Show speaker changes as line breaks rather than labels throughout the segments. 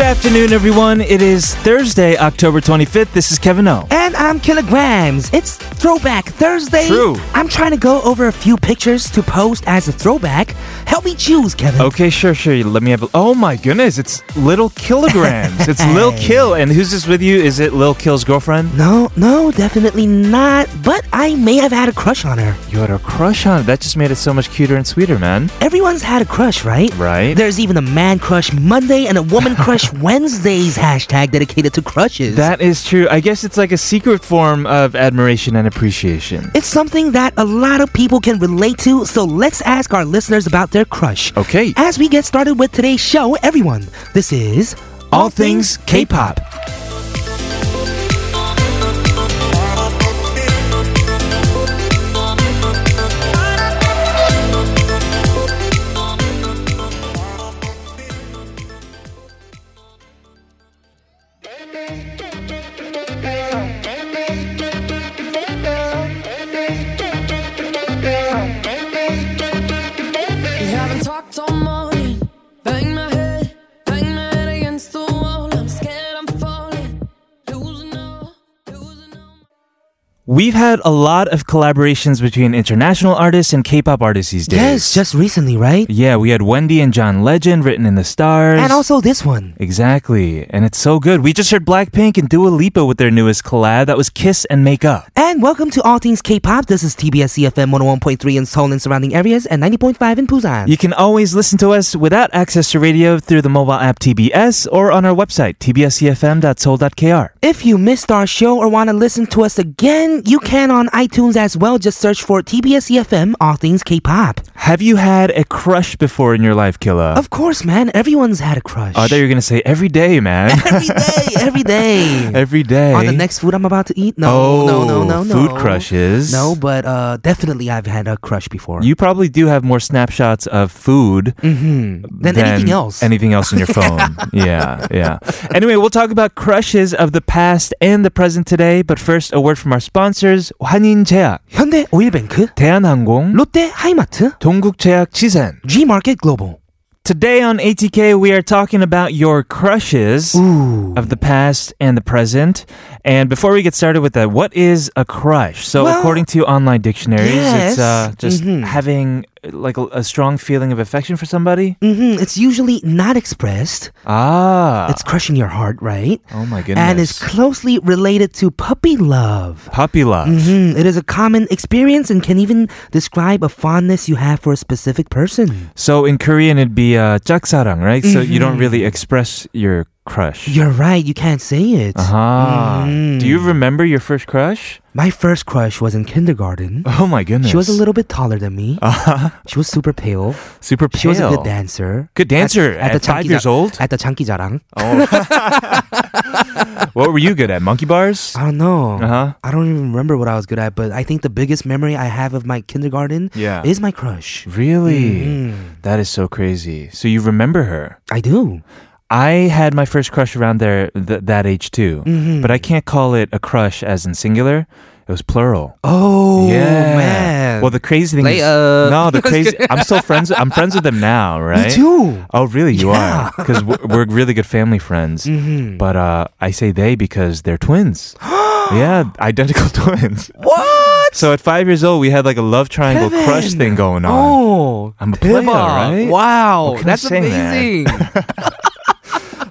afternoon, everyone. It is Thursday, October 25th. This is Kevin O.
And I'm Kilograms. It's Throwback Thursday.
True.
I'm trying to go over a few pictures to post as a throwback. Help me choose, Kevin.
Okay, sure, sure. Let me have a. Oh my goodness, it's Little Kilograms. it's Lil Kill. And who's this with you? Is it Lil Kill's girlfriend?
No, no, definitely not. But I may have had a crush on her.
You had a crush on it. That just made it so much cuter and sweeter, man.
Everyone's had a crush, right?
Right.
There's even a man crush Monday and a woman crush Wednesdays hashtag dedicated to crushes.
That is true. I guess it's like a secret form of admiration and appreciation.
it's something that a lot of people can relate to, so let's ask our listeners about their crush.
Okay.
As we get started with today's show, everyone, this is
All Things K-Pop.
We haven't talked all morning. Bang my head, bang my head against the wall. I'm scared I'm falling. Losing all, losing all.
We've had a lot of collaborations between international artists and K-pop artists these days.
Yes, just recently, right?
Yeah, we had Wendy and John Legend written in the stars.
And also this one.
Exactly. And it's so good. We just heard Blackpink and Dua Lipa with their newest collab. That was Kiss and Make Up.
And welcome to All Things K-Pop. This is TBS CFM 101.3 in Seoul and surrounding areas and 90.5 in Busan.
You can always listen to us without access to radio through the mobile app TBS or on our website, tbscfm.soul.kr.
If you missed our show or want to listen to us again, you can on iTunes as well. Just search for TBS EFM All Things K-Pop.
Have you had a crush before in your life, Killa? Oh,
Of course, man, everyone's had a crush.
I thought Uh, you were going to say every day, man.
every day, every day.
every day.
On the next food I'm about to eat? No, no, no,
Oh,
no, no.
food crushes.
No, but uh, definitely I've had a crush before.
You probably do have more snapshots of food
Mm-hmm. than, anything else.
Anything else in your phone. yeah, yeah. Anyway, we'll talk about crushes of the past and the present today, but first a word from our sponsors, 환인제약,
현대 오일뱅크,
대한항공,
롯데 하이마트,
동국제약 치센.
G마켓 글로벌.
Today on ATK, we are talking about your crushes
Ooh.
of the past and the present. And before we get started with that, what is a crush? So,
Well,
according to online dictionaries,
yes. Mm-hmm.
it's uh, just having uh, like a, a strong feeling of affection for somebody.
hmm It's usually not expressed.
Ah,
It's crushing your heart, right?
oh my goodness!
And is closely related to puppy love.
puppy love.
Mhm, It is a common experience and can even describe a fondness you have for a specific person.
So in Korean, it'd be uh, 짝사랑, right? So you
Mm-hmm.
don't really express your crush.
You're right, you can't say it.
Ah,
Mm.
do you remember your first crush?
My first crush was in kindergarten.
Oh my goodness!
She was a little bit taller than me.
uh
She was super pale.
super pale.
She was a good dancer.
Good dancer at five
장기자-
years old?
At the 장기자랑.
Oh. what were you good at? Monkey bars?
I don't know.
Uh-huh.
I don't even remember what I was good at, but I think the biggest memory I have of my kindergarten
Yeah.
is my crush.
Really?
Mm,
That is so crazy. So you remember her?
I do.
I had my first crush around there th- that age too,
Mm-hmm.
but I can't call it a crush as in singular. It was plural.
Oh
yeah.
man.
Well, the crazy thing is,
Layup.
no, the crazy. I'm still friends. I'm friends with them now, right?
Me too.
Oh, really? You
Yeah.
are because we're, we're really good family friends.
Mhm.
But uh, I say they because they're twins. yeah, identical twins.
What?
So at five years old, we had like a love triangle crush
Kevin.
thing going on.
Oh.
I'm a player, right?
Wow.
What can I
That's
say,
amazing.
man?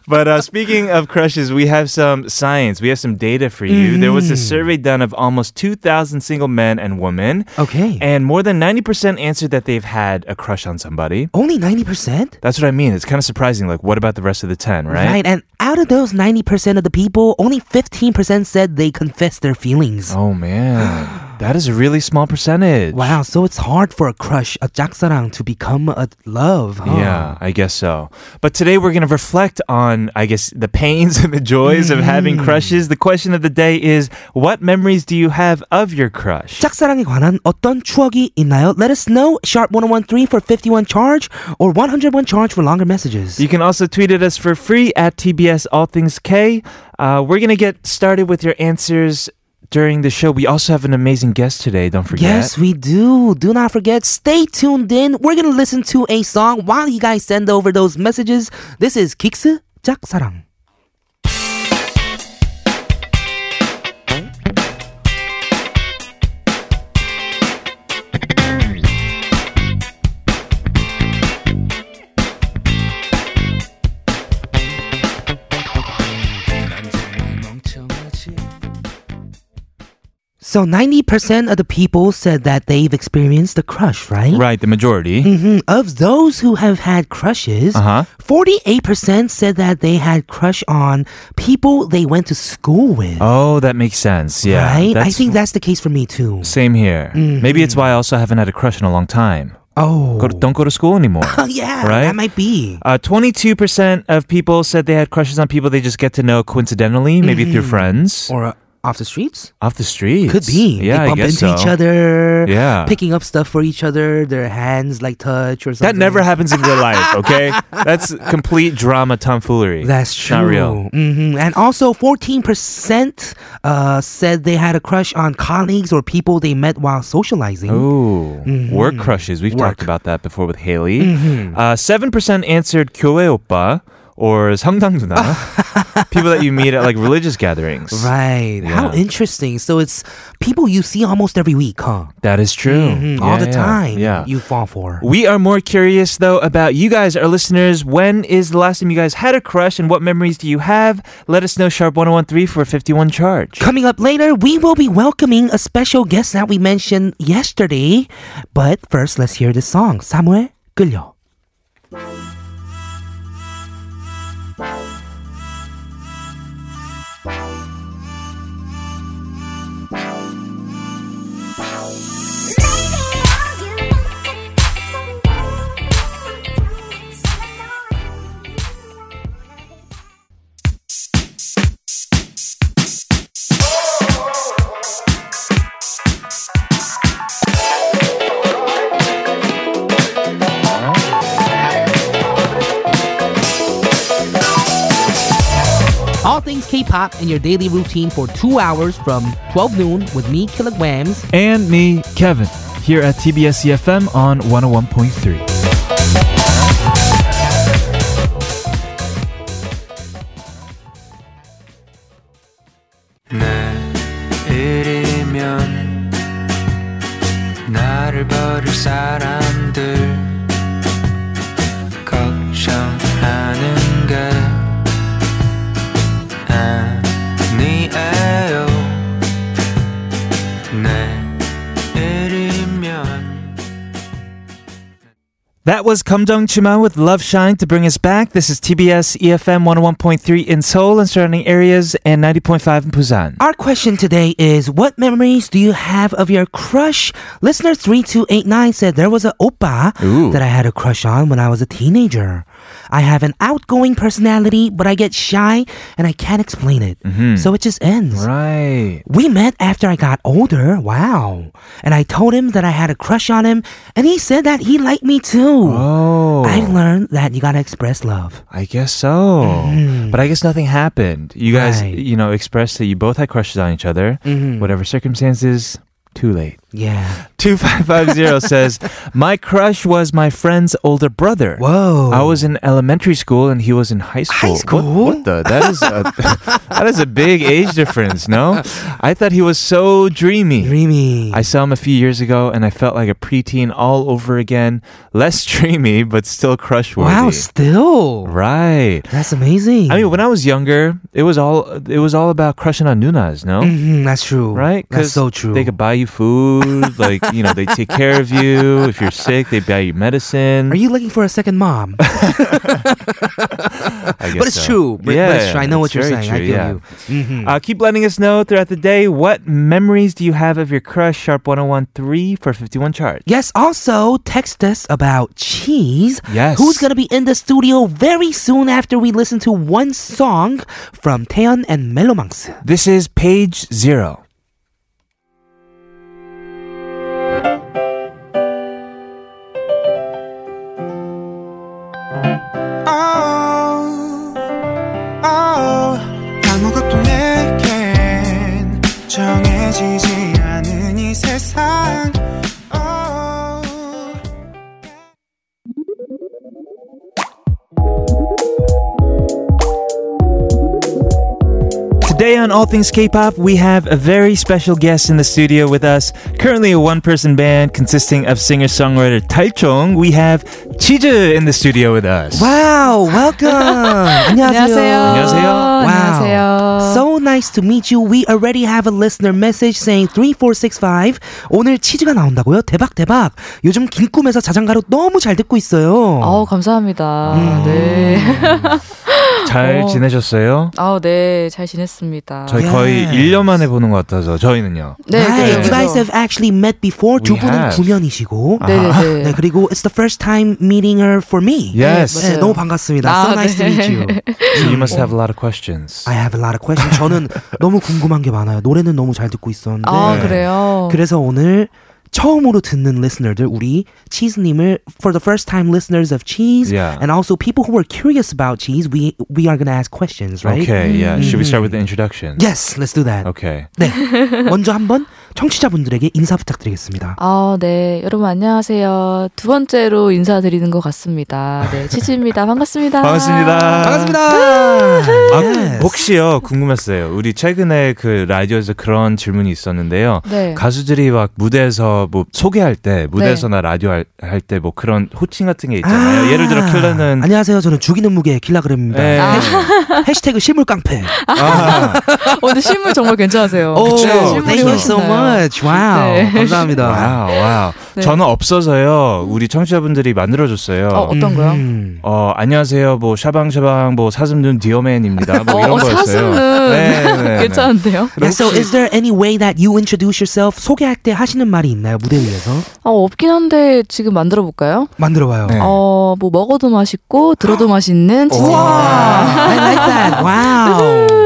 But uh, speaking of crushes, we have some science. We have some data for you.
Mm-hmm.
There was a survey done of almost 2,000 single men and women,
okay.
and more than 90% answered that they've had a crush on somebody.
Only 90%?
That's what I mean. It's kind of surprising. Like, what about the rest of the 10, right?
And out of those 90% of the people, only 15% said they confessed their feelings.
Oh, man. that is a really small percentage.
Wow, so it's hard for a crush, a 짝사랑, to become a love, huh?
Yeah, I guess so. But today we're going to reflect on, I guess, the pains and the joys of having
Mm.
crushes. The question of the day is what memories do you have of your crush?
짝사랑에 관한 어떤 추억이 있나요? Let us know. Sharp 1013 for 51 charge or 101 charge for longer messages.
You can also tweet at us for free at TBS All Things K. Uh, we're going to get started with your answers during the show. We also have an amazing guest today, don't forget.
Yes, we do. Do not forget, stay tuned in. We're going to listen to a song while you guys send over those messages. This is Kiksu 짝사랑. So 90% of the people said that they've experienced a crush, right?
Right, the majority.
Mhm. Of those who have had crushes,
Uh-huh.
48% said that they had crush on people they went to school with.
Oh, that makes sense. Yeah.
right? I
that's-
think Mm-hmm. that's the case for me too.
Same here. Maybe it's why I also haven't had a crush in a long time.
Oh.
Go to, don't go to school anymore.
Oh, yeah,
Right?
that might be.
Uh, 22% of people said they had crushes on people they just get to know coincidentally, maybe through friends.
Or uh, off the streets?
Off the street.
Mm-hmm. Could be.
Yeah,
they bump
I guess
into
so.
each other.
Yeah.
Picking up stuff for each other, their hands like touch or something.
That never happens in real life, okay? That's complete drama tomfoolery.
That's
It's
true.
Not real.
hmm And also, 14% uh, said they had a crush on colleagues or people they met while socializing.
Ooh, work crushes. We've talked
Mm-hmm. Work. Mm-hmm.
about that before with Haley. Uh, 7% answered 교회 오빠 or 성당 누나. people that you meet at like religious gatherings.
Right. How
Yeah.
interesting. So it's people you see almost every week, huh?
That is true.
Mhm.
Hmm. Yeah,
All the
yeah,
time
Yeah.
you fall for.
we are more curious though about you guys, our listeners. When is the last time you guys had a crush and what memories do you have? Let us know sharp 1013 for 51 charge.
Coming up later, we will be welcoming a special guest that we mentioned yesterday. But first, let's hear this song, 사무엘 끌려. All things K-pop in your daily routine for two hours from 12 noon with me, Kilograms.
And me, Kevin, here at TBS EFM on 101.3.
내일이면 나를 버릴 사람들 걱정하는 게 아니에요 내일이면
That was Kumdong Chuma with Love Shine to bring us back. This is TBS EFM 101.3 in Seoul and surrounding areas and 90.5 in Busan.
Our question today is What memories do you have of your crush? Listener 3289 said there was a oppa
Ooh.
that I had a crush on when I was a teenager. I have an outgoing personality, but I get shy and I can't explain it. So it just ends.
Mm-hmm. Right.
We met after I got older, wow. And I told him that I had a crush on him, and he said that he liked me too.
Oh.
I've learned that you gotta express love.
I guess so. But I guess nothing happened. You guys,
Mm-hmm. Right. Mm-hmm.
you know, expressed that you both had crushes on each other. Whatever circumstances, too late.
Yeah.
2550 says, My crush was my friend's older brother.
Whoa.
I was in elementary school and he was in high school.
High
What-
school?
What, the? That is a, that is a big age difference. No, I thought he was so dreamy.
dreamy.
I saw him a few years ago and I felt like a preteen all over again. Less dreamy, but still crush worthy.
wow, still.
Right.
That's amazing.
I mean, when I was younger, it was all it was all about crushing on nunas, no?
Mhm, that's true.
Right?
That's so true.
They could buy you food, like you know, they take care of you. If you're sick, they buy you medicine.
Are you looking for a second mom?
I guess
but it's
so.
true. But, but it's true. I know
it's
what you're
very
saying. I
true,
feel
yeah.
you. Mhm.
Uh, keep letting us know throughout the day what memories do you have of your crush? Sharp 1013 for 51 chart.
Yes, also text us about cheese.
Yes.
Who's going to be in the studio very soon after we listen to one song from Taeyeon and Melomangs.
This is page zero.
어, 어, 아무것도 내겐 정해지지 않은 이 세상 oh.
Today on All Things K-pop, we have a very special guest in the studio with us. Currently a one-person band consisting of singer-songwriter Talchong. We have Chiju in the studio with us.
Wow, welcome. 안녕하세요.
안녕하세요.
Wow.
안녕하세요.
So nice to meet you. We already have a listener message saying 3465. 오늘 치즈가 나온다고요? 대박 대박. 요즘 긴 꿈에서 자장가로 너무 잘 듣고 있어요.
아우 감사합니다. 네.
잘
어.
지내셨어요?
아우 네, 잘 지냈습니다.
저희
예.
거의 1년 만에 보는 것 같아서 저희는요.
네,
right.
그죠,
You guys
그죠.
have actually met before. 두
We
분은
have.
구면이시고.
네,
네,
아,
네, 네.
그리고 it's the first time meeting her for me.
Yes.
맞아요.
네, 너무 반갑습니다.
아,
so nice to
네.
meet you.
So you must have a lot of questions.
I have a lot of questions. 저는 너무 궁금한 게 많아요. 노래는 너무 잘 듣고
네.
있었는데.
아 그래요.
그래서 오늘 처음으로 듣는 listener들 우리 치즈님을 for the first time listeners of cheese
Yeah.
and also people who are curious about cheese we we are gonna ask questions right? Mm-hmm.
Okay, yeah. Should we start with the introduction?
Yes, let's do that.
Okay.
네, 먼저 한번 청취자분들에게 인사 부탁드리겠습니다.
아, 네. 여러분 안녕하세요. 두 번째로 인사드리는 것 같습니다. 네, 치즈입니다. 반갑습니다.
반갑습니다.
반갑습니다.
아,
Ah. Yes.
혹시요 궁금했어요. 우리 최근에 그 라디오에서 그런 질문이 있었는데요.
네.
가수들이 막 무대에서 뭐 소개할 때 무대에서나 라디오 할 때 뭐 그런 호칭 같은 게 있잖아요.
아,
예를 들어 킬러는
안녕하세요. 저는 죽이는 무게 길라그램입니다.
네. 아.
해시태그 실물 깡패.
아,
오늘 실물 정말 괜찮으세요.
오,
어, 그쵸,
Oh, thank you
그쵸.
so much. 와우,
네.
감사합니다.
아, 와우 와우. 저는 없어서요. 우리 청취자분들이 만들어줬어요.
어, 어떤 거요?
음.
어, 안녕하세요. 뭐 샤방샤방 뭐 사슴눈 디어맨입니다. 뭐 이런
어,
거였어요.
사슴은
네, 네, 네.
괜찮은데요?
Yeah, so is there any way that you introduce yourself? 소개할 때 하시는 말이 있나요? 무대 위에서?
아, 없긴 한데 지금 만들어 볼까요?
만들어 봐요.
네.
어, 뭐 먹어도 맛있고 들어도 맛있는
Wow,
치즈입니다.
아, I like that. Wow.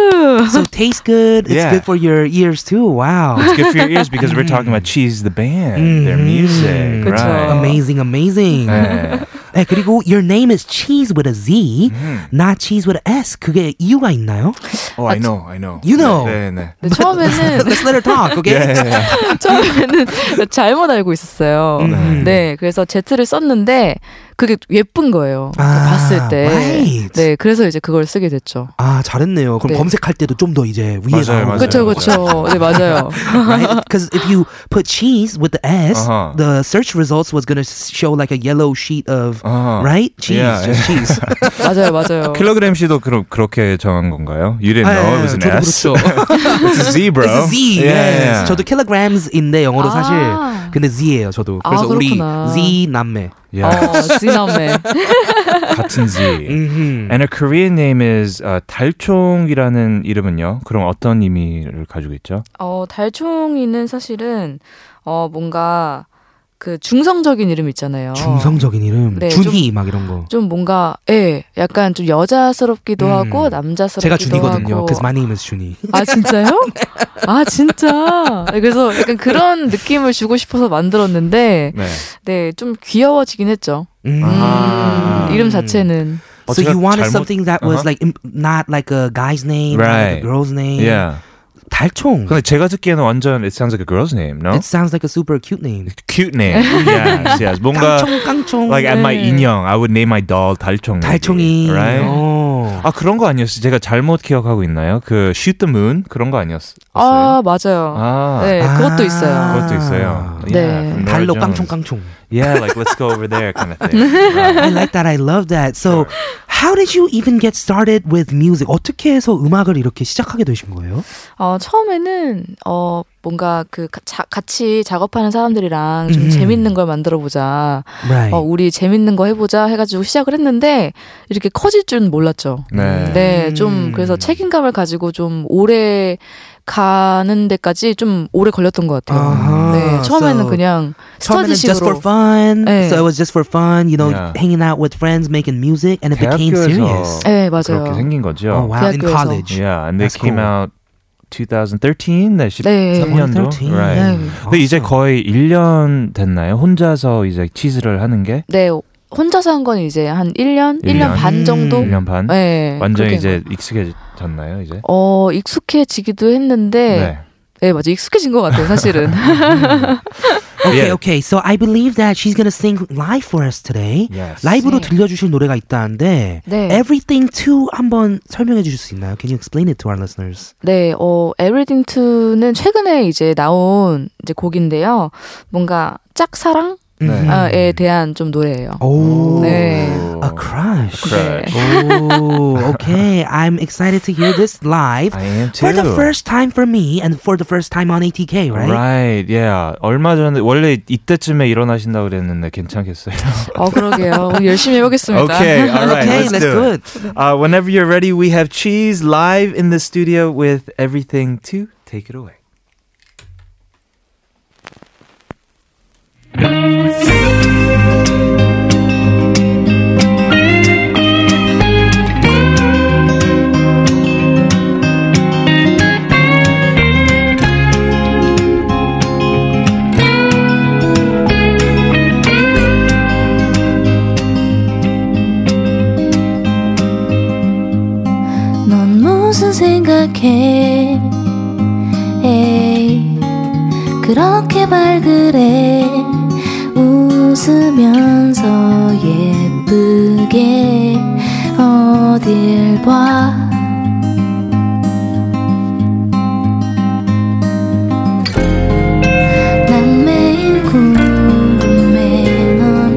so tastes good. It's
Yeah.
good for your ears too. Wow.
It's good for your ears because we're talking about Cheese the band,
음.
their music,
그쵸.
right?
Amazing, amazing.
네.
네, 그리고 your name is cheese with a Z,
음.
not cheese with a S. 그게 이유가 있나요?
Oh, I know, I know.
You know.
네, 네.
네, 처음에는
Let's let her talk, okay?
처음에는 잘못 알고 있었어요.
음.
네, 그래서 Z를 썼는데 그게 예쁜 거예요.
아,
봤을 때.
right.
네, 그래서 이제 그걸 쓰게 됐죠.
아 잘했네요. 그럼
네.
검색할 때도 좀 더 이제 위에
맞아요,
나오고.
맞아요.
그렇죠, 그렇죠. 네, 맞아요.
right? Because if you put cheese with the S,
Uh-huh.
the search results was gonna show like a yellow sheet of
Uh-huh.
right cheese,
Yeah,
just cheese.
맞아요, 맞아요.
킬로그램 씨도 그럼 그렇게 정한 건가요? You didn't
아,
know
예,
it was an
저도
S.
아, 예,
It's a Z, bro.
It's a Z.
Yeah,
yes.
yeah.
저도 kilograms인데 영어로
아.
사실 그 근데 Z예요 저도.
아,
그래서 우리
그렇구나.
Z 남매.
yeah.
어, 지남매.
같은 Z.
음흠.
And her Korean name is uh, 달총이라는 이름은요. 그럼 어떤 의미를 가지고 있죠?
어, 달총이는 사실은 어, 뭔가 그 중성적인 이름 있잖아요.
중성적인 이름
네,
준희 막 이런 거.
좀 뭔가 예, 약간 좀 여자스럽기도
음.
하고 남자스럽기도
제가 준이거든요.
하고
Cause my name is 준이.
아 진짜요? 아 진짜. 네, 그래서 약간 그런 느낌을 주고 싶어서 만들었는데
네.
네 좀 귀여워지긴 했죠.
음.
아.
음, 이름 자체는
어,
So you
제가
wanted
잘못- Uh-huh.
something that was like im- not like a guy's name, not
Right.
like a girl's name.
Yeah.
달총.
예. 근데 제가 듣기에는 완전 it sounds like a girl's name, no?
It sounds like a super cute name.
cute name. yes, yes. 뭔가
깡총 깡총.
like at my
네.
인형, I would name my doll 달총. maybe.
달총이.
Right?
어.
아 그런 거 아니었어요? 제가 잘못 기억하고 있나요? 그 Shoot the Moon 그런 거 아니었어요?
아 맞아요.
아,
네
아.
그것도 있어요.
그것도 있어요.
네.
Yeah, from Norah
달로
Jones.
깡총 깡총.
Yeah, like let's go over there kind of thing.
I like that. I love that. So, how did you even get started with music? 어떻게 해서 음악을 이렇게 시작하게 되신 거예요?
어, 처음에는 어 뭔가 그 가- 자- 같이 작업하는 사람들이랑
음.
좀
네.
재밌는 걸 만들어 보자.
Right.
어 우리 재밌는 거 해보자 해가지고 시작을 했는데 이렇게 커질 줄은 몰랐죠.
네.
음.
네, 좀 그래서 책임감을 가지고 좀 오래 가는 데까지 좀 오래 걸렸던 것 같아요.
아하.
네, 처음에는
So,
그냥
처음에는 just for
스터디식으로
fun.
네.
So it was just for fun, you know,
Yeah.
hanging out with friends, making music, and it became
대학교에서
serious.
네,
그렇게
맞아요.
생긴 거죠.
Oh wow! In
대학교에서.
college.
Yeah, and they
That's
came
cool.
out 2013, 네,
네.
13년도.
2013.
Right.
네.
근데 이제 거의 1년 됐나요? 혼자서 이제 치즈를 하는 게
네, 혼자서 한 건 이제 한 1년,
일
1년,
년.
반 정도?
음.
1년 반.
네.
완전
그렇게
이제 익숙해졌나요, 이제?
어,
네.
네, 익숙해지기도 했는데 네, 맞아. 익숙해진 것 같아요, 사실은.
Okay,
Yeah.
okay. So I believe that she's gonna sing live for us today.
Yes.
라이브로
네.
들려주실 노래가 있다는데
네.
Everything to 한번 설명해 주실 수 있나요? Can you explain it to our listeners?
네, 어, 에브리딩 투는 최근에 이제 나온 이제 곡인데요. 뭔가 짝사랑에
네.
음.
대한 좀 노래예요.
오,
네.
Oh. a crush.
crush.
oh, okay. I'm excited to hear this live
I am too.
for the first time for me and for the first time on ATK, right?
Right, yeah. 얼마 전에 원래 이때쯤에 일어나신다 고 그랬는데 괜찮겠어요?
어, 그러게요. 오늘 열심히 해보겠습니다.
okay, all right.
okay,
let's,
let's
do it.
good.
Uh, whenever you're ready, we have Cheese live in the studio with everything to take it away.
넌 무슨 생각해 에이, 그렇게 발그래 웃으면서 예쁘게 어딜 봐 난 매일 궁금해 넌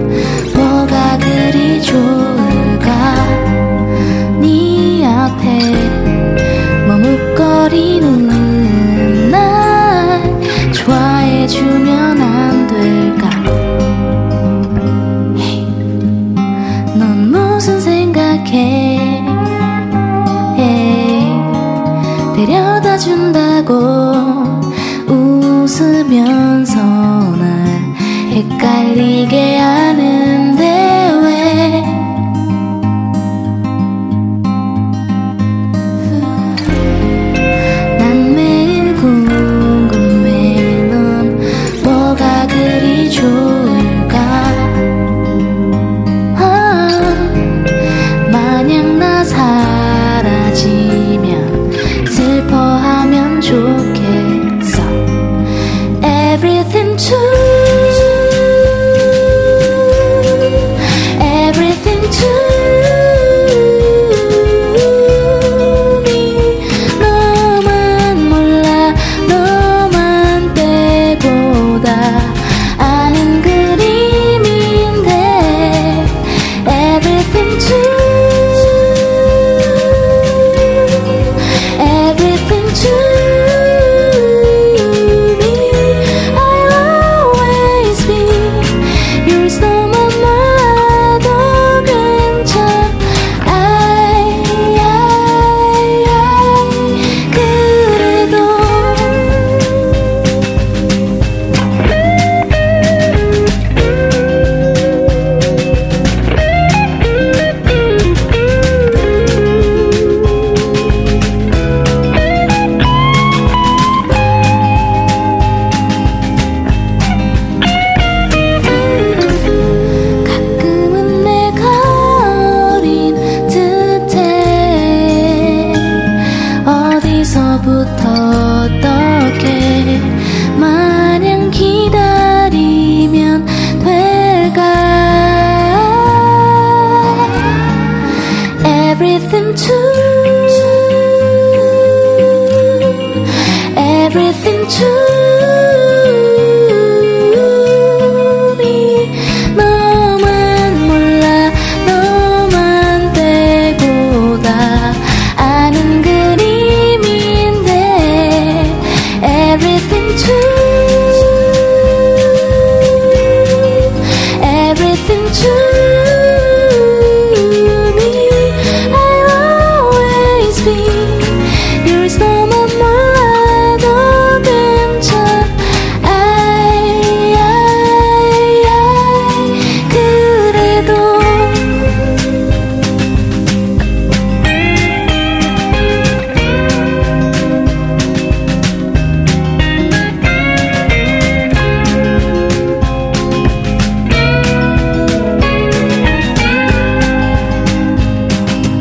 뭐가 그리 좋을까 네 앞에 머뭇거리는 날 좋아해주면 안 될까 Hey. 넌 무슨 생각해 Hey. 데려다 준다고 웃으면서 날 헷갈리게 하는데 왜 난 매일 궁금해 넌 뭐가 그리 좋을까 아, 만약 나 사라지면 슬퍼하면 좋겠어 Everything to Everything to me 너만 몰라 너만 빼고다 아는 그림인데 Everything to Everything to me I'll always be your someone 나도 괜찮아 I, I, I 그래도 가끔은 내가 어린 듯해 어디서부터 어떻게 마냥 기다리면 될까 Everything to Everything to me 너만 몰라 너만 빼고다 아는 그림인데 Everything to Everything to me I'll always be your someone 나도 괜찮아 I, I, I 그래도
Wow.
감사합니다.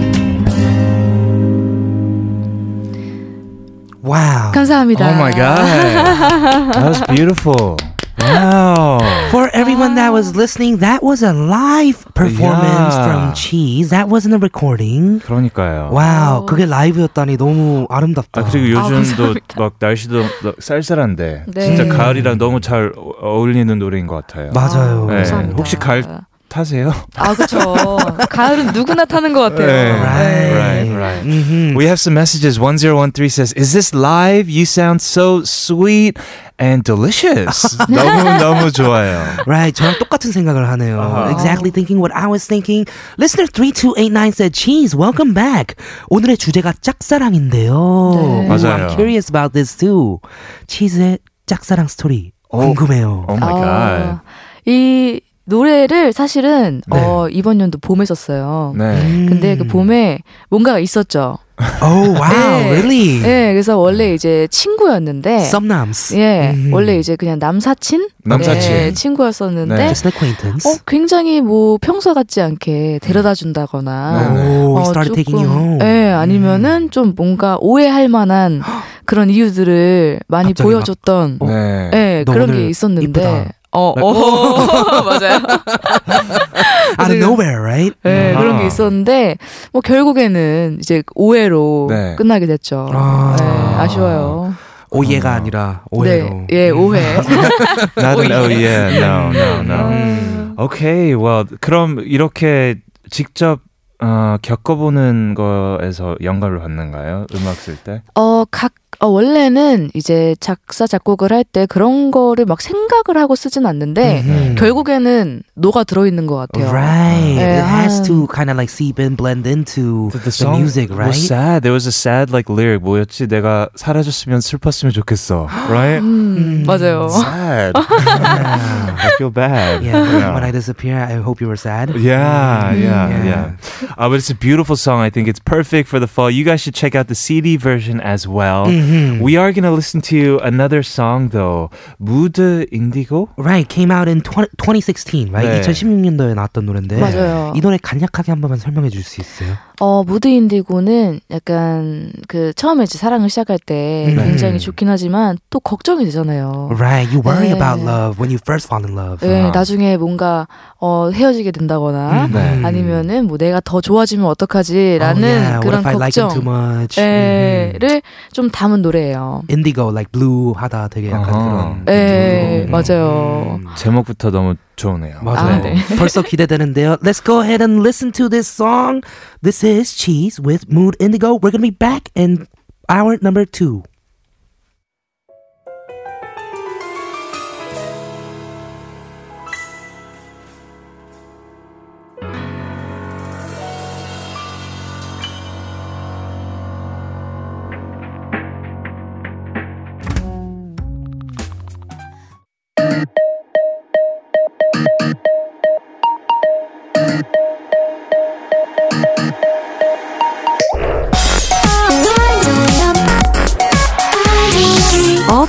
네.
Oh my god, that was beautiful. Wow.
For everyone that was listening, that was a live performance
Yeah.
from Cheese. That wasn't a recording.
그러니까요.
와우,
와우.
그게 라이브였다니 너무 아름답다.
아 그리고
아,
요즘도
감사합니다.
막 날씨도 막 쌀쌀한데
네.
진짜
음.
가을이랑 너무 잘 어- 어울리는 노래인 것 같아요.
맞아요.
네.
감사합니다.
혹시 갈- 타세요.
아 그렇죠. 가을은 누구나 타는 것 같아요. 어,
네.
Right.
Right, right.
Mhm.
We have some messages. 1013 says, Is this live? You sound so sweet and delicious. 너무너무 좋아요.
Right, 저랑 똑같은 생각을 하네요.
아하.
Exactly thinking what I was thinking. Listener 3289 said, Cheese, welcome back. 오늘의 주제가 짝사랑인데요.
네.
Ooh,
맞아요.
I'm curious about this too. Cheese의 짝사랑 스토리
오.
궁금해요.
Oh my god.
아, 이 노래를 사실은
네.
어, 이번 연도 봄에 썼어요.
네.
근데 그 봄에 뭔가가 있었죠.
음. Oh wow,
네.
really?
예, 그래서 원래 이제 친구였는데,
Sometimes.
예,
음.
원래 이제 그냥 남사친,
남사친.
예, 친구였었는데,
네.
Just an acquaintance.
어, 굉장히 뭐 평소 같지 않게 데려다 준다거나,
네네.
Oh, he
어,
started taking you
조금,
home.
예, 아니면은 좀 뭔가 오해할 만한 그런 이유들을 많이
갑자기 막,
보여줬던,
네.
예,
너
그런
오늘
게 있었는데,
이쁘다. 네.
어, 어, 맞아요.
음. Out of
그
nowhere, right?
네,
아하.
그런 게 있었는데 뭐 결국에는 이제 오해로
네.
끝나게 됐죠.
아.
아. 네, 아쉬워요.
오해가 아니라 오해로.
음.
음.
네, 예, 오해.
Not an, oh yeah, no, no, no. Okay, well, 그럼 이렇게 직접 어, 겪어보는 거에서 영감을 받는가요? 음악 쓸 때?
어, 각 어, 원래는 이제 작사 작곡을 할 때 그런 거를 막 생각을 하고 쓰진 않는데
음.
네. 결국에는 녹아 들어 있는 것 같아요.
Right.
네,
It has
아.
to kind of like seep and blend into the, music, right?
was sad. There was a sad like lyric. 뭐였지? 내가 사라졌으면 슬펐으면 좋겠어. Right?
음,
음.
맞아요.
sad.
yeah.
I feel bad.
yeah. When I disappear, I hope you were sad.
Yeah, yeah,
Mm, Yeah.
yeah. Uh, but it's a beautiful song. I think it's perfect for the fall. You guys should check out the CD version as well.
Mhm.
We are going to listen to another song though. Mood Indigo?
Right, came out in 20, 2016, right?
네.
2016년도에 나왔던 노래인데
맞아요.
이 노래 간략하게 한 번만 설명해 줄 수 있어요?
어, 무드 인디고는 약간 그 처음에 이제 사랑을 시작할 때
네.
굉장히 좋긴 하지만 또 걱정이 되잖아요.
Right, you worry
네.
about love when you first fall in love.
예,
아.
나중에 뭔가 어, 헤어지게 된다거나
음.
네.
아니면은 뭐 내가 더 좋아지면 어떡하지라는
oh, yeah.
그런
What if I like him too
걱정
much?
예,
Mhm.
를좀 담은 노래예요.
Indigo, like blue 하다 되게 약간
아하.
그런.
예,
음.
맞아요.
제목부터 너무 좋네요.
맞아요.
아, 네.
벌써 기대되는데요. Let's go ahead and listen to this song. This is Cheese with Mood Indigo. We're gonna be back in hour number two.
All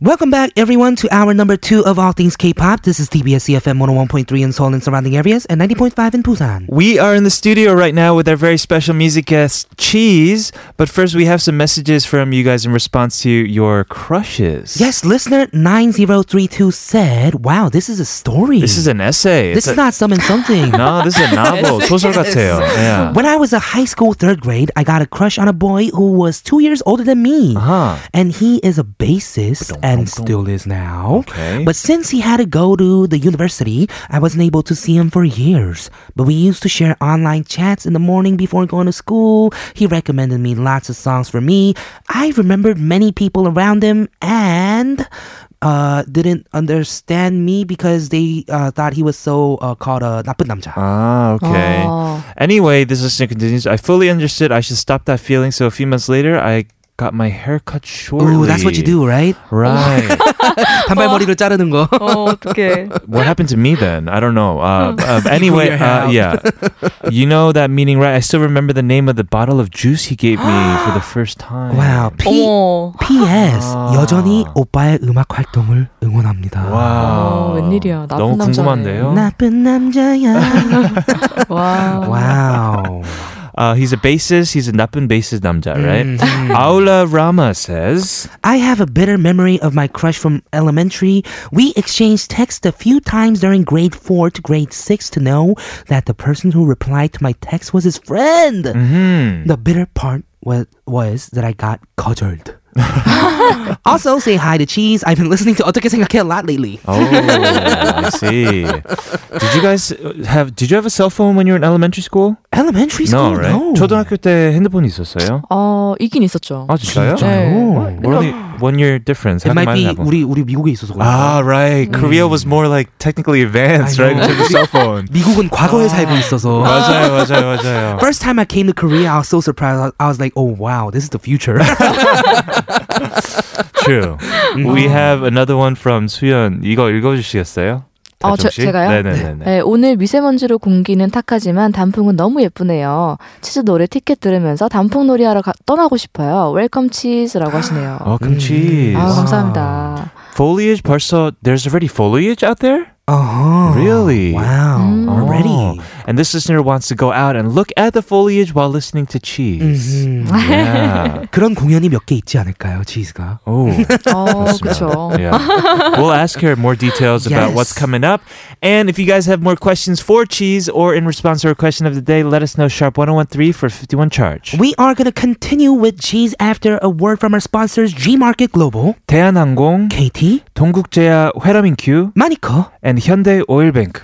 Welcome back, everyone, to hour number two of All Things K-pop. This is TBS EFM 101.3 in Seoul and surrounding areas, and 90.5 in Busan.
We are in the studio right now with our very special music guest, Cheese. But first, we have some messages from you guys in response to your crushes.
Yes, listener 9032 said, "Wow, this is a story.
This is an essay.
this
It's
is
a-
not some and something."
No, this is a novel. 소설 같아요. Yeah.
When I was a high school third grade, I got a crush on a boy who was two years older than me.
Uh-huh.
And he is a bassist and still is now.
Okay.
But since he had to go to the university, I wasn't able to see him for years. But we used to share online chats in the morning before going to school. He recommended me lots of songs for me. I remembered many people around him and uh, didn't understand me because they uh, thought he was so uh, called a 나쁜 남자.
Ah, okay.
어,
Anyway, this listener continues. I fully understood I should stop that feeling, so a few months later, I got my hair cut shortly.
Ooh, that's what you do, Oh right?
Right.
단발머리로 자르는 거.
어, 어떡해.
what happened to me then? I don't know. Uh, uh, anyway,
Oh. your hair
uh,
out.
yeah, you know that meaning, right? I still remember the name of the bottle of juice he gave me for the first time.
와우. P
어머.
P.S.
아.
여전히 오빠의 음악 활동을 응원합니다.
와.
어, 웬일이야. 나쁜
아, 너무
남자네.
궁금한데요.
나쁜 남자야.
와.
와우.
Uh, he's a bassist. He's a nappin bassist 남자, right?
Mhm.
Aula Rama says,
I have a bitter memory of my crush from elementary. We exchanged texts a few times during grade 4 to grade 6 to know that the person who replied to my text was his friend.
hmm.
The bitter part was, was that I got cudgelled. also, say hi to Cheese. I've been listening to 어떻게 생각해 a lot lately.
Oh, I see. Did you guys have? Did you have a cell phone when you were in elementary school?
Elementary
No,
school?
right? 초등학교 때 핸드폰이 있었어요?
어, 이긴 있었죠.
아 진짜요?
네.
We're only one year difference.
It
하긴
might
많이
be
나고.
우리 우리 미국에 있어서 그런
Ah, right. Korea was more like technically advanced,
I
right? In
know.
terms of cell phone.
미국은 과거에 살고 있어서.
맞아요, 맞아요, 맞아요.
First time I came to Korea, I was so surprised. I was like, "Oh wow, this is the future."
True. We have another one from 수연. 이거 읽어주시겠어요?
어, 저-
다정씨?
제가요?
네네네네.
네, 오늘 미세먼지로 공기는 탁하지만 단풍은 너무 예쁘네요. 치즈 노래 티켓 들으면서 단풍 놀이하러 가- 떠나고 싶어요. 웰컴 치즈라고 하시네요.
어, 금치.
아, 감사합니다.
Foliage 벌써 there's already foliage out there?
uh-huh.
Really?
Wow.
Mm.
Already.
Oh. And this listener wants to go out and look at the foliage while listening to cheese.
음.
Yeah.
Mm-hmm. 그런 공연이 몇 개 있지 않을까요, 치즈가?
Oh.
어, 그쵸.
Yeah. we'll ask her more details about
Yes.
what's coming up. And if you guys have more questions for Cheese or in response to our question of the day, let us know sharp 1013 for 51 charge.
We are gonna continue with cheese after a word from our sponsors, G Market Global,
대한항공,
KT,
동국제야 회라민큐,
Manico.
and Hyundai Oil Bank.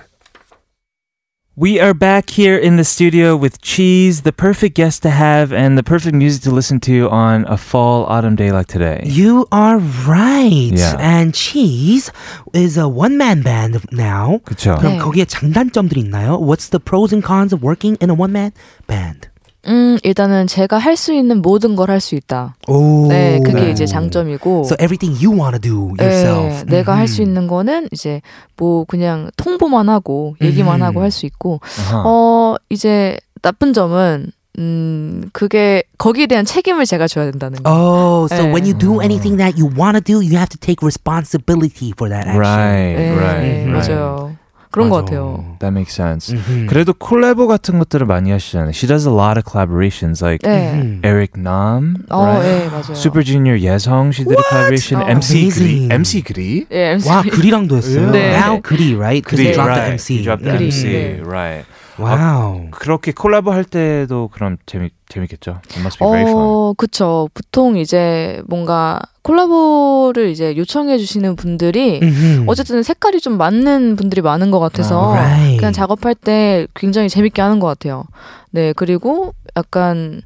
We are back here in the studio with Cheese, the perfect guest to have and the perfect music to listen to on a fall autumn day like today.
You are right.
Yeah.
And cheese is a one-man band now.
그쵸?
그럼
네.
거기에 장단점들이 있나요? What's the pros and cons of working in a one-man band?
음, 일단은 제가 할 수 있는 모든 걸 할 수 있다.
오.
네, 그게 이제 장점이고.
So everything you wanna do yourself.
네, 내가 할 수
음.
있는 거는 이제 뭐 그냥 통보만 하고 얘기만
음.
하고 할 수 있고
아하.
어 이제 나쁜 점은 음 그게 거기에 대한 책임을 제가 져야 된다는 거.
Oh, so
네.
when you do anything that you want to do, you have to take responsibility for that action.
Right,
네,
예, right,
네,
right.
맞아요. 그런
맞아.
것 같아요.
That makes sense.
음흠.
그래도 콜라보 같은 것들을 많이 하시잖아요. She does a lot of collaborations like
네.
음.
Eric Nam,
어,
right?
네, 맞아요.
Super Junior 예성 she did a collaboration.
Oh.
MC 그리,
Amazing.
MC 그리.
예, MC.
와, 그리랑도 했어요.
네.
Now 그리, right? Because you dropped the
right.
MC.
You dropped the
그리. 아,
MC,
네.
right?
Wow.
그렇게 콜라보 할 때도 그럼 재미 재밌겠죠. It must be very fun.
어, 그쵸. 보통 이제 뭔가 콜라보를 이제 요청해 주시는 분들이
음흠.
어쨌든 색깔이 좀 맞는 분들이 많은 것 같아서
아, right.
그냥 작업할 때 굉장히 재밌게 하는 것 같아요. 네, 그리고 약간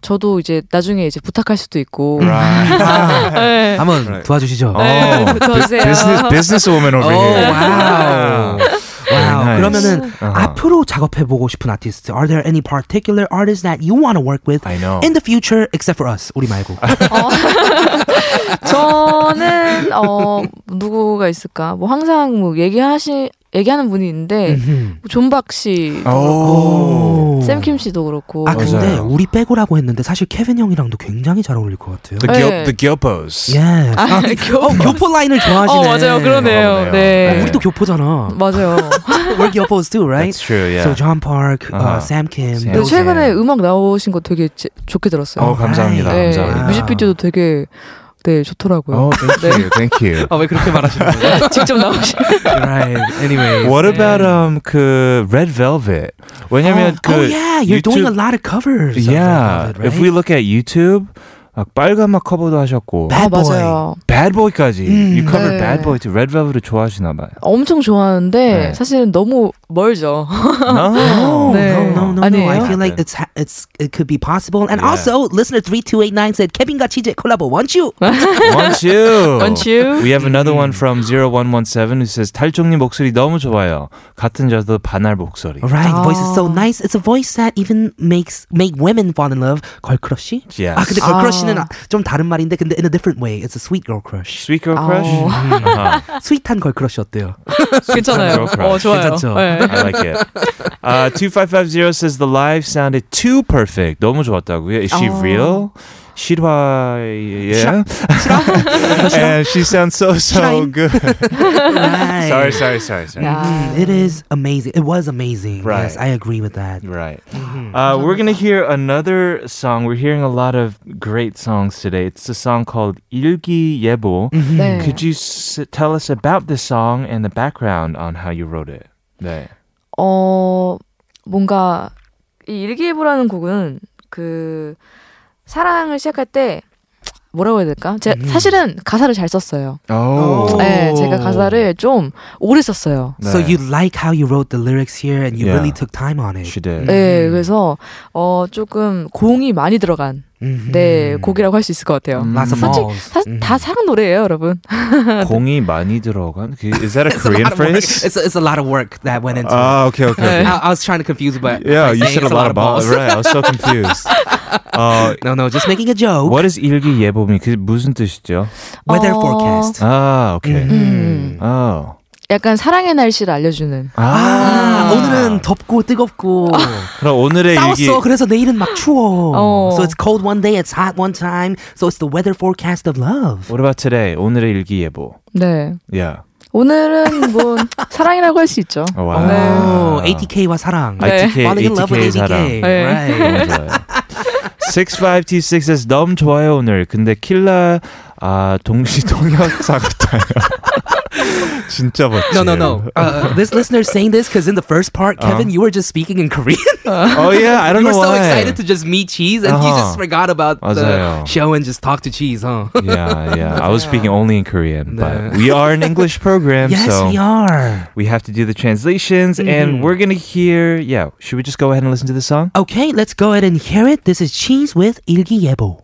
저도 이제 나중에 이제 부탁할 수도 있고.
Right.
아,
네.
한번 도와주시죠.
어.
네, 붙어주세요.
Oh, business business woman over
Oh,
here. Uh-huh.
wow. Wow.
Very nice.
그러면은
아하.
앞으로 작업해 보고 싶은 아티스트 are there any particular artists that you want to work with
I know.
in the future except for us 우리 말고
어. 저는 어 누구가 있을까? 뭐 항상 뭐 얘기하시 얘기하는 분이 있는데
음흠.
존박 씨,
오.
샘킴 씨도 그렇고.
아 근데
맞아요.
우리 빼고라고 했는데 사실 케빈 형이랑도 굉장히 잘 어울릴 것 같아요.
The
네.
Gil- the Gilpos.
예.
아,
아,
교포.
어, 교포 라인을 좋아하시네.
어 맞아요, 그러네요. 뭐.
그러네요.
네,
어,
우리도 교포잖아.
맞아요.
We're Gilpos too, right?
That's true. Yeah.
So John Park, uh,
아하.
Sam Kim.
Sam.
근데
네,
those-
최근에 음악 나오신 거 되게 제- 좋게 들었어요.
어 감사합니다.
네,
감사합니다.
뮤직비디오도 되게 네
Oh,
좋더라고요.
thank you, thank you.
아, 왜 그렇게 말하시는 거예요?
직접 나오신.
right. Anyway.
What about um 그 Red Velvet?
어,
왜냐면 그
oh yeah, you're doing a lot of covers. of
Yeah.
Velvet, right?
If we look at YouTube, 막 빨간 막 커버도 하셨고
Bad
아
Boy.
맞아요.
Bad Boy까지
음.
you cover
네.
Bad Boy to Red Velvet을 좋아하시나 봐요.
엄청 좋아하는데
네.
사실은 너무 멀죠.
No,
네.
no, no,
Oh, No, no,
I
no. I
know.
feel like it's ha- it's it could be possible. And
네. Yeah.
also, listener three two eight nine said Kevin got TJ collabo. Want you?
Want you.
Want you.
We have another one from 0117 who says 탈종님 목소리 너무 좋아요. 같은 저도 반할 목소리.
Right, voice is
Oh.
so nice. It's a voice that even makes make women fall in love. Girl crush?
Yes.
아 근데 girl
아.
crush는
Oh.
아- 좀 다른 말인데 근데 in a different way. It's a sweet girl crush.
Sweet girl crush.
Oh.
음, 아하.
스윗한 girl crush 어때요?
괜찮아요.
그렇구나.
어, 좋아요.
괜찮죠?
네.
I like it. Uh, 2550 says the live sounded too perfect. 너무 좋았다고요. Is she
Oh.
real? 실화 yeah. and she sounds so so
실화임?
good.
Right.
sorry, sorry, sorry, sorry.
야.
Mm, It is amazing. It was amazing.
Right.
Yes, I agree with that.
Right. Uh, we're going to hear another song. We're hearing a lot of great songs today. It's a song called 일기 예보.
네.
Could you s- tell us about this song and the background on how you wrote it? 네.
어, 뭔가 이 일기예보라는 곡은 그 사랑을 시작할 때 뭐라고 해야 될까? 제가 사실은 가사를 잘 썼어요.
Oh.
네, 제가 가사를 좀 오래 썼어요.
So you like how you wrote the lyrics here, and you
Yeah.
really took time on it.
She did.
네, 그래서 어 조금 공이 많이 들어간
Mhm.
네 곡이라고 할 수 있을 것 같아요.
음.
Lots of
솔직히
balls.
사, 다 사랑 노래예요, 여러분.
공이 많이 들어간? 그- Is that a
It's a
Korean
lot of work.
phrase?
It's a, it's a lot of work that went into it.
Ah, okay, okay. okay.
I, I was trying to confuse, but
Yeah,
by
you
saying
said a
it's
lot of balls. Right, I was so confused. Uh,
No, no, just making a joke.
what is 일기예보면? 그게 무슨 뜻이죠?
Weather
어,
forecast.
아, okay.
음,
Oh.
약간 사랑의 날씨를 알려주는. Ah.
아, 오늘은 덥고 뜨겁고
그럼 오늘의 일기
싸웠어. 그래서 내일은 막 추워.
어.
So it's cold one day, it's hot one time. So it's the weather forecast of love.
What about today? 오늘의 일기예보.
네,
Yeah.
오늘은 뭐 사랑이라고 할 수 있죠.
어, 와.
네. 오, ATK와 사랑.
네.
ITK,
Falling in love with
ATK 사랑.
ATK.
네.
Right.
너무 좋아요. 6526에서 너무 좋아요 오늘. 근데 킬라 아 동시 통역 사고 타요. 진짜 멋지.
No, no, no. Uh-huh. Uh, this listener is saying this because in the first part, Kevin, you were just speaking in Korean.
Oh yeah, I don't
you were
know
so
why.
excited to just meet Cheese, and you
Uh-huh.
just forgot about the
맞아요.
show and just talk to Cheese, huh?
yeah, yeah. I was speaking only in Korean,
네.
but we are an English program,
yes,
so
we are. Mm-hmm.
we have to do the translations, and we're gonna hear. Yeah, should we just go ahead and listen to the song?
Okay, let's go ahead and hear it. This is Cheese with 일기예보.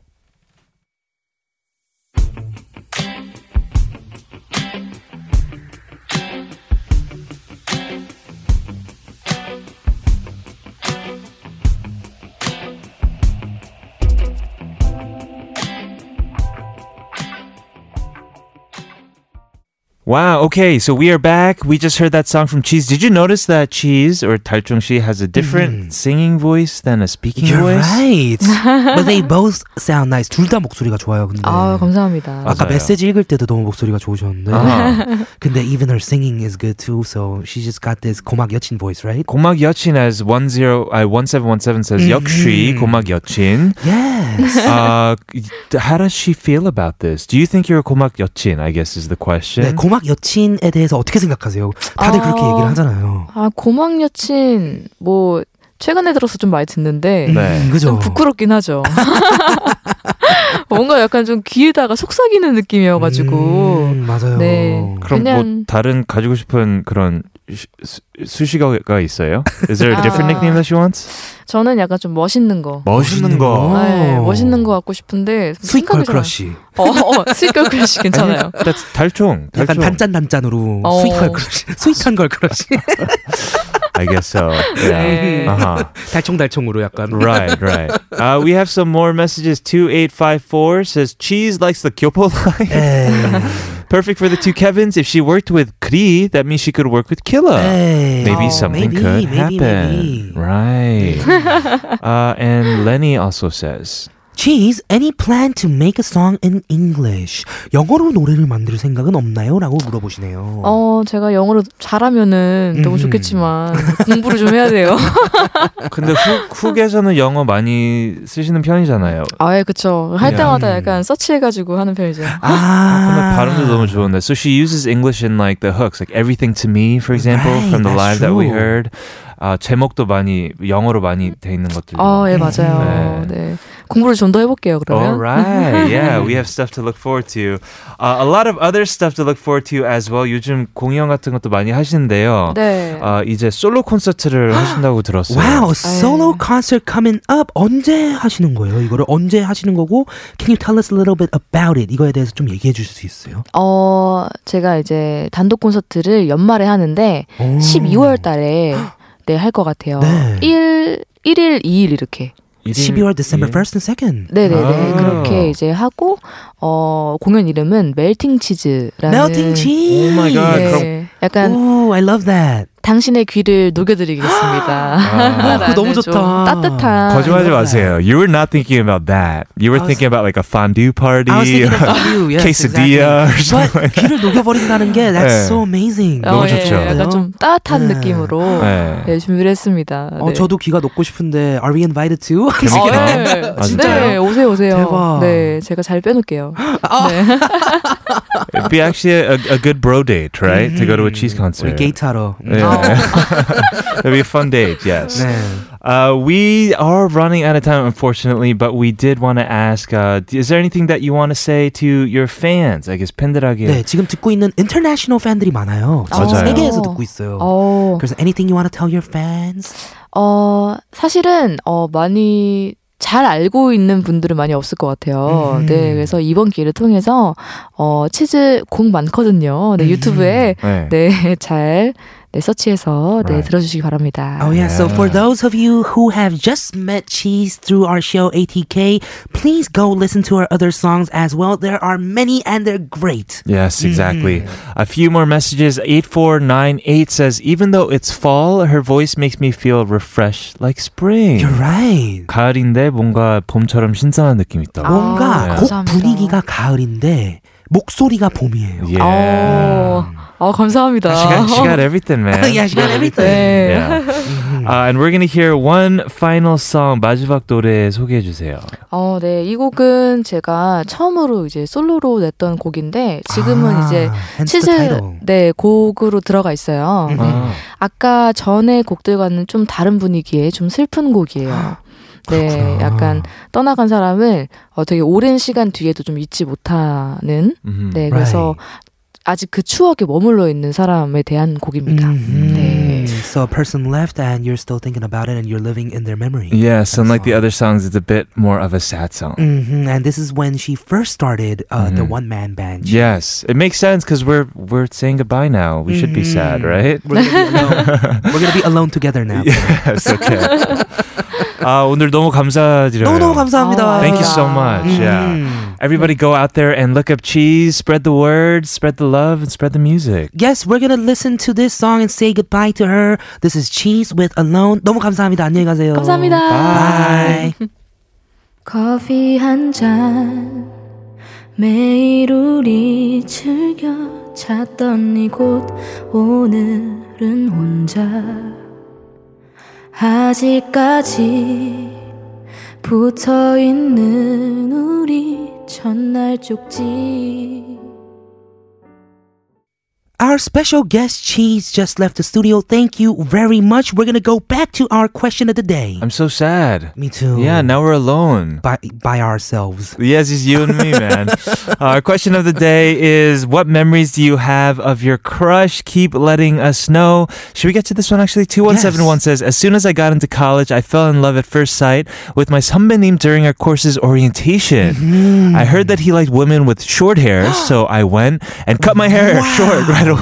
Wow. Okay. So we are back. We just heard that song from Cheese. Did you notice that Cheese or Taechung Shi has a different singing voice than a speaking
Mm-hmm. You're
voice?
right. But they both sound nice. 둘 다 목소리가 좋아요. 근데
아, 감사합니다.
네. 아까
맞아요.
메시지 읽을 때도 너무 목소리가 좋으셨는데.
Uh-huh.
근데 even her singing is good too. So she just got this 고막 여친 voice, right?
고막 여친 as 10 uh, 1717 says
Mm-hmm.
역시 고막 여친.
Yes.
Uh, how does she feel about this? Do you think you're a 고막 여친? I guess is the
네,
question.
고막 여친에 대해서 어떻게 생각하세요? 다들
아.
그렇게 얘기를 하잖아요.
아, 고막 여친 뭐 최근에 들어서 좀 많이 듣는데
네.
음, 그죠?
좀 부끄럽긴 하죠. 뭔가 약간 좀 귀에다가 속삭이는 느낌이어가지고
음, 맞아요.
네.
그럼 뭐
그냥-
다른 가지고 싶은 그런 시- 수- 수식어가 있어요? Is there a different
아.
nickname that she wants?
저는 약간 좀 멋있는 거.
멋있는 거.
거.
네,
오.
멋있는 거 갖고 싶은데
스윗걸
생각이 잘 안-
크러쉬.
어, 어, 스윗걸 크러쉬 괜찮아요.
That's 달총.
약간
달총.
단짠 단짠으로
어.
스윗걸 크러쉬. 스윗한 걸 크러쉬.
I guess so.
네.
Yeah. Uh-huh.
달총달총으로 약간.
Right, right. Uh, we have some more messages. 2854 says, Cheese likes the Kyopo
네.
line.
에이.
Perfect for the two Kevins. If she worked with Kree, that means she could work with Killa.
에이.
아, Maybe
Oh,
something
네. maybe,
could
maybe,
happen.
maybe.
Right. uh, and Lenny also says,
Cheese, any plan to make a song in English? 영어로 노래를 만들 생각은 없나요? 라고 물어보시네요.
어, 제가 영어로 잘하면은 너무
음.
좋겠지만 공부를 좀 해야 돼요.
근데 훅, 훅에서는 영어 많이 쓰시는 편이잖아요.
아예 그쵸. 할
야.
때마다 약간 서치해가지고 하는 편이죠.
근데
아,
발음도 너무 좋은데. So she uses English in like the hooks, like everything to me, for example,
Right,
from the live
that's
that we
true.
heard. 아, 제목도 많이 영어로 많이 돼 있는 것들.
아, 예, 맞아요.
네.
네. 공부를 좀 더 해볼게요.
All
그러면
right. Yeah, we have stuff to look forward to. Uh, a lot of other stuff to look forward to as well. 요즘 공연 같은 것도 많이 하시는데요.
네.
아, 이제 솔로 콘서트를 하신다고 들었어요.
Wow, solo concert coming up. 언제 하시는 거예요? 이거를 언제 하시는 거고? Can you tell us a little bit about it? 이거에 대해서 좀 얘기해 주실 수 있어요?
어 제가 이제 단독 콘서트를 연말에 하는데
오.
12월 달에 네할 것 같아요.
음. 네.
1 1일, 2일 이렇게.
일일-
12월 December
예.
1st and 2nd.
네네네.
아.
그렇게 이제 하고, 어, 공연 이름은 멜팅 치즈라는.
Melting cheese.
Oh my god.
네.
그럼-
약간
Ooh, I love that.
당신의 귀를 녹여드리겠습니다.
아.
라는
너무
좀
좋다.
따뜻한.
거짓말하지 마세요. You were not thinking about that. You were
아, I was-
thinking about like a fondue party,
I was thinking about you. Yes,
quesadilla or something.
But
like that.
귀를 녹여버린다는 게
네.
that's so amazing.
어,
너무
예,
좋죠.
약간 좀 따뜻한
네.
느낌으로
네.
예, 준비를 했습니다.
어,
네.
저도 귀가 녹고 싶은데 are we invited to?
어,
재밌겠다.
예.
아, 진짜요?
네, 오세요, 오세요.
대박.
네, 제가 잘 빼놓을게요. 네.
It'd be actually a, a good bro date, right? To go to a cheese
우리
concert.
게이트하러.
Yeah.
Oh.
It'd be a fun date, yes.
네.
Uh, we are running out of time, unfortunately, but we did want to ask uh, d- is there anything that you want to say to your fans? I guess, 팬들에게.
네, 지금 듣고 있는 international 팬들이 많아요. 전
맞아요.
세계에서 듣고 있어요.
어,
그래서 anything you want to tell your fans?
어, 사실은, 어, 많이 잘 알고 있는 분들은 많이 없을 것 같아요.
음.
네, 그래서 이번 기회를 통해서, 어, 치즈 공 많거든요. 네,
음.
유튜브에,
네.
네, 잘, 네, 서치해서, 네,
Right.
들어주시기 바랍니다.
Oh yeah, so for those of you who have just met Cheese through our show ATK, please go listen to our other songs as well. There are many and they're great.
Yes, exactly. A few more messages. 8498 says, even though it's fall, her voice makes me feel refreshed like spring.
You're right.
가을인데 뭔가 봄처럼 신선한 느낌이 있다고.
뭔가
아,
곧
감사합니다.
분위기가 가을인데 목소리가 봄이에요.
Yeah.
어, 아, 감사합니다.
She got, she got everything, man.
yeah, she got everything.
네.
Yeah. Uh, and we're gonna hear one final song. 마지막 노래 소개해 주세요.
어, 네. 이 곡은 제가 처음으로 이제 솔로로 냈던 곡인데 지금은
아,
이제
hence the
치즈
title.
네 곡으로 들어가 있어요. 네.
음.
아,
아까 전의 곡들과는 좀 다른 분위기의 좀 슬픈 곡이에요. 네,
아, 그렇구나.
약간 떠나간 사람을 어, 되게 오랜 시간 뒤에도 좀 잊지 못하는
음.
네 그래서 아직 그 추억에 머물러 있는 사람에 대한 곡입니다.
Mhm.
네.
So a person left and you're still thinking about it and you're living in their memory.
Yes, unlike the other songs, it's a bit more of a sad song.
hmm And this is when she first started uh, the
Mhm.
one man band.
Yes, it makes sense because we're we're saying goodbye now. We should be sad, right?
Mm-hmm. We're gonna be alone. We're gonna be alone together now.
yes, okay. 아 Ah, 오늘 너무 감사드려요.
너무 너무 감사합니다.
아,
Thank you so
감사합니다.
much. Yeah.
음.
Everybody go out there and look up cheese, spread the word, spread the love, and spread the music.
Yes, we're gonna listen to this song and say goodbye to her. This is Cheese with Alone. 너무 감사합니다. 안녕히 가세요.
감사합니다.
Bye.
커피 한 잔 매일 우리 즐겨 찾던 이곳 오늘은 혼자 아직까지 붙어 있는 우리 첫날 쪽지
Our special guest Cheese just left the studio. Thank you very much. We're gonna go back to our question of the day.
I'm so sad.
Me too.
Yeah, now we're alone.
by by ourselves.
Yes, it's you and me, man. Our question of the day is What memories do you have of your crush? Keep letting us know. Should we get to this one actually? 2171 says As soon as I got into college, I fell in love at first sight with my sunbeam during our course's orientation. I heard that he liked women with short hair, so I went and cut my hair short right away.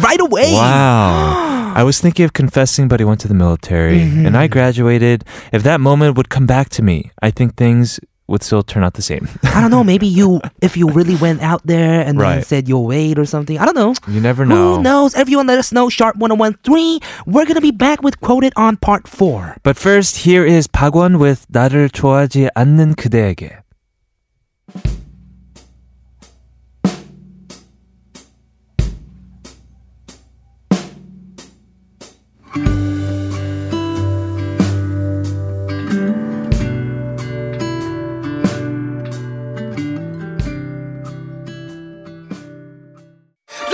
right away.
Wow. I was thinking of confessing, but he went to the military and I graduated. If that moment would come back to me, I think things would still turn out the same.
I don't know. Maybe you, if you really went out there and then
Right.
said you'll wait or something. I don't know.
You never
Who knows? Everyone, let us know. Sharp 1013. We're going to be back with Quoted on part four.
But first, here is 박원 with 나를 좋아하지 않는 그대에게.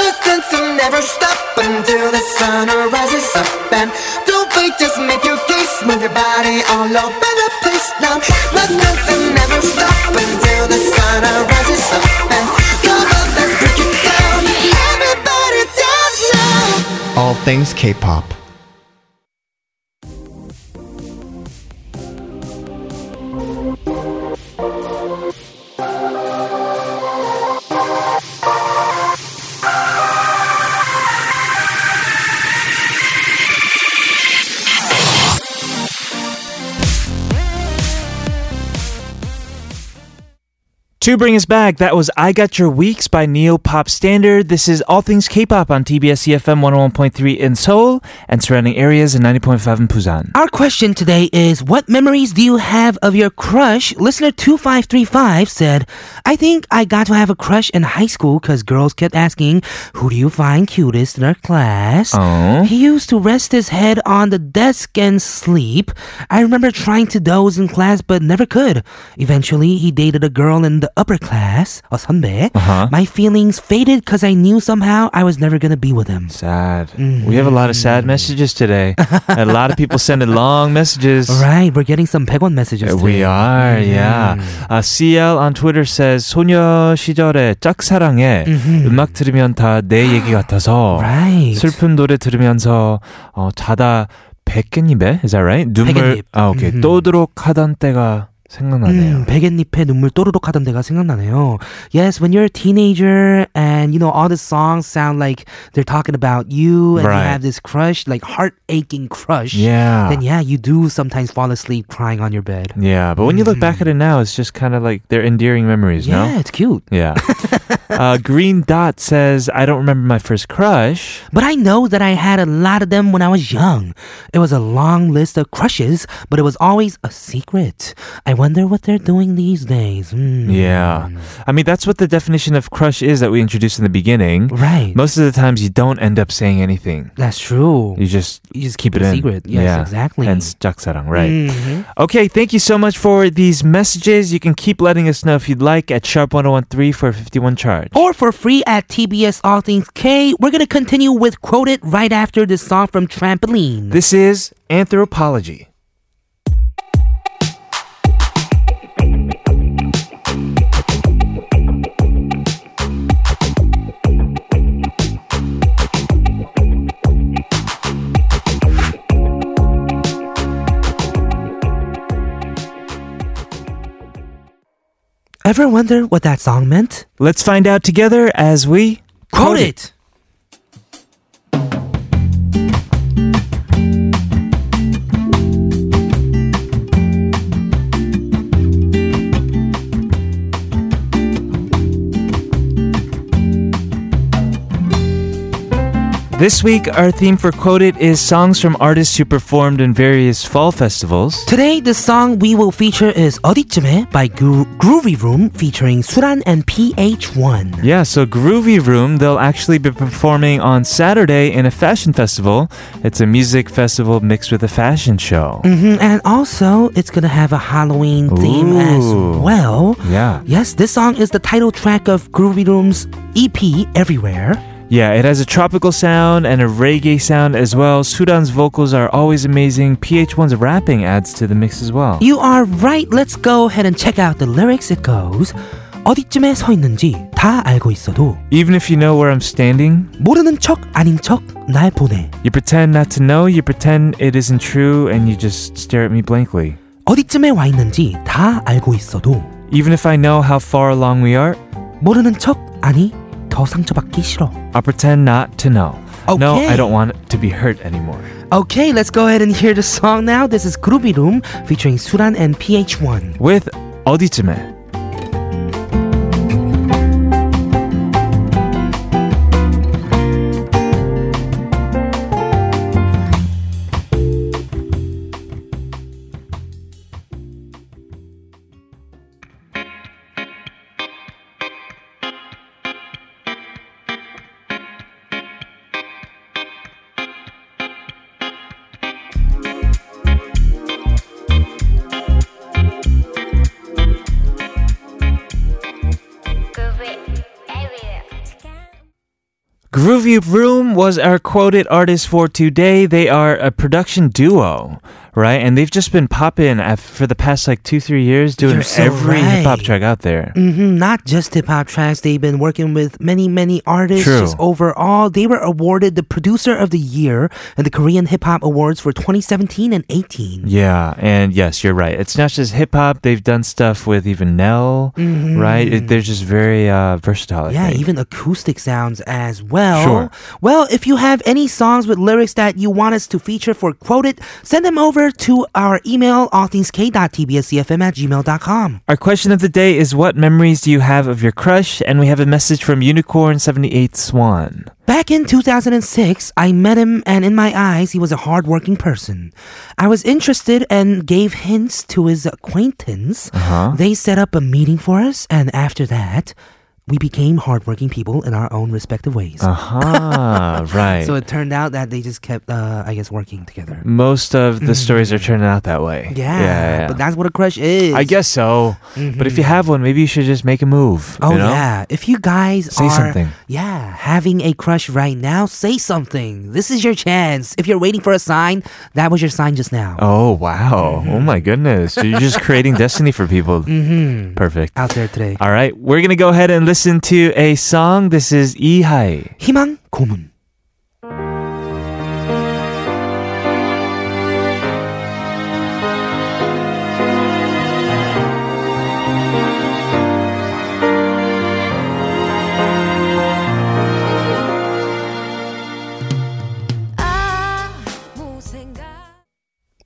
Listen to never stop and till the sun rises up and don't wait, just make your case. Move your body all over the place now. Let nothing never stop until the sun rises up and come on, let's break it down. Everybody dance now.
All things K-pop.
To bring us back, that was I Got Your Weeks by Neo Pop Standard. This is All Things K-Pop on TBS
E
EFM 101.3 in Seoul and surrounding areas and 90.5 in Busan.
Our question today is What memories do you have of your crush? Listener 2535 said, I think I got to have a crush in high school because girls kept asking, Who do you find cutest in our class?
Oh.
He used to rest his head on the desk and sleep. I remember trying to doze in class but never could. Eventually, he dated a girl in the upper class, a 선배.
Uh-huh.
My feelings faded because I knew somehow I was never going to be with him.
Sad. We have a lot of
Mm-hmm.
sad messages today. a lot of people sending long messages.
All right, Mm-hmm. we're getting some 100원 messages.
Uh,
today.
We are, yeah. Uh, CL on Twitter says 소녀 시절의 짝사랑에
Mm-hmm.
음악 들으면 다 내 얘기 같아서
Right.
슬픈 노래 들으면서 어, 자다 백깻잎에 is that right? 눈물
백깻잎.
아 오케이
음흠.
떠도록 하던 때가 생각나네요.
음, 백앤잎에 눈물 또르륵 하던 데가 생각나네요. Yes, when you're a teenager and you know all the songs sound like they're talking about you and you
Right.
have this crush, like heart aching crush.
Yeah.
Then yeah, you do sometimes fall asleep crying on your bed.
Yeah, but when you look back at it now, it's just kind of like they're endearing memories,
Yeah,
no?
it's cute.
Yeah. uh, Green Dot says, I don't remember my first crush.
But I know that I had a lot of them when I was young. It was a long list of crushes, but it was always a secret. I wonder what they're doing these days. Hmm.
Yeah. I mean, that's what the definition of crush is that we introduced in the beginning.
Right.
Most of the times, you don't end up saying anything.
That's true.
You just
You just
keep it,
a
in.
secret. Yes, exactly.
Hence 짝사랑, right?
Mhm.
Okay, thank you so much for these messages. You can keep letting us know if you'd like at sharp1013 for 51 charge.
or for free at TBS All Things K. We're going to continue with Quote It right after this song from Trampoline.
This is Anthropology.
Ever wonder what that song meant?
Let's find out together as we
Quote It!
This week, our theme for Quote It is songs from artists who performed in various fall festivals.
Today, the song we will feature is 어디쯤에 by Gro- Groovy Room featuring Suran and PH1.
Yeah, so Groovy Room, they'll actually be performing on Saturday in a fashion festival. It's a music festival mixed with a fashion show.
Mhm, And also, it's gonna have a Halloween theme as
Ooh.
well.
Yeah.
Yes, this song is the title track of Groovy Room's EP Everywhere.
Yeah, it has a tropical sound and a reggae sound as well. Sudan's vocals are always amazing. PH1's rapping adds to the mix as well.
You are right. Let's go ahead and check out the lyrics. It goes. 어디쯤에 서 있는지 다 알고 있어도
Even if you know where I'm standing,
모르는 척 아닌 척 날 보내.
you pretend not to know, you pretend it isn't true, and you just stare at me blankly.
어디쯤에 와 있는지 다 알고 있어도
Even if I know how far along we are,
모르는 척 아니 더 상처받기 싫어.
I'll pretend not to know. No,
Okay.
I don't want to be hurt anymore.
Okay, let's go ahead and hear the song now. This is Groovy Room featuring Suran and PH1.
With 어디쯤에 Groovy Room was our quoted artist for today. They are a production duo, right? And they've just been popping af- for the past like two, three years, doing
You're so
every hip hop
right.
track out there.
hmm not just hip hop tracks. They've been working with many, many artists.
True.
Just overall, they were awarded the Producer of the Year and the Korean Hip Hop Awards for 2017 and 18.
Yeah, and yes, you're right. It's not just hip hop. They've done stuff with even Nell, right? It, they're just very uh, versatile. I
Mm-hmm. Yeah,
think.
even acoustic sounds as well.
Sure.
Well, if you have any songs with lyrics that you want us to feature for quoted, send them over to our email, allthingsk.tbscfm E at gmail.com.
Our question of the day is what memories do you have of your crush? And we have a message from Unicorn78 Swan.
Back in 2006, I met him, and in my eyes, he was a hardworking person. I was interested and gave hints to his acquaintance. They set up a meeting for us, and after that, we became hardworking people in our own respective ways.
Uh, Aha, right.
So it turned out that they just kept, uh, I guess, working together.
Most of the stories are turning out that way.
Mm. Yeah,
yeah, yeah.
but that's what a crush is.
I guess so. But if you have one, maybe you should just make a move.
Oh
you know?
yeah! If you guys
Say
are
something.
yeah having a crush right now, say something. This is your chance. If you're waiting for a sign, that was your sign just now.
Oh wow. Oh my goodness. So you're just creating destiny for people. Mm-hmm. Perfect.
out there today.
All right, we're gonna go ahead and listen to a song. This is Ihai.
희망 고문.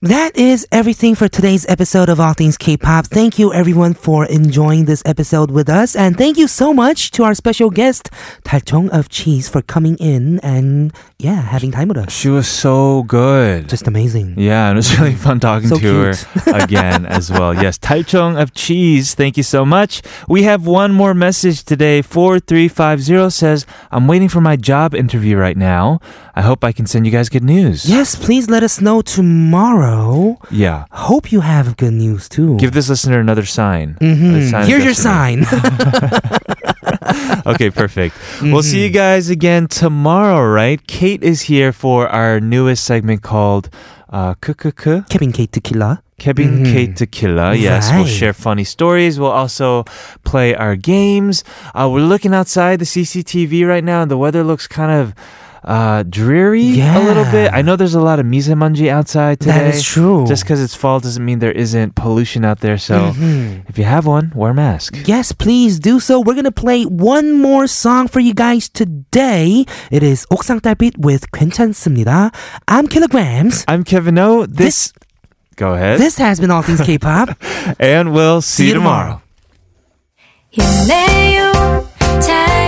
That is everything for today's episode of All Things K-Pop. Thank you everyone for enjoying this episode with us and thank you so much to our special guest, Talchong of Cheese for coming in and yeah, having time with us.
She was so good.
Just amazing.
Yeah, and it was really fun talking
So
to her again as well. Yes, Taichung of Cheese, thank you so much. We have one more message today. 4350 says, I'm waiting for my job interview right now. I hope I can send you guys good news.
Yes, please let us know tomorrow.
Yeah.
Hope you have good news too. Mm-hmm.
Give this listener another sign. A sign of
Here's your
destiny.
sign.
okay, perfect.
Mm-hmm.
We'll see you guys again tomorrow, right? Kate is here for our newest segment called uh, 크크크.
Kevin K. Tequila.
Kevin K Tequila. Yes, we'll
Mm-hmm. Right.
share funny stories. We'll also play our games. Uh, we're looking outside the CCTV right now, and the weather looks kind of uh, dreary a little bit.
Yeah.
I know there's a lot of misemanji outside today.
That is true.
Just because it's fall doesn't mean there isn't pollution out there. So
Mm-hmm.
if you have one, wear a mask.
Yes, please do so. We're gonna play one more song for you guys today. It is 옥상 달빛 with 괜찮습니다. I'm Kilograms.
I'm Kevin O. This.
This-
Go ahead.
This has been all things K-pop.
and we'll see, you tomorrow.
힘내요 잘
그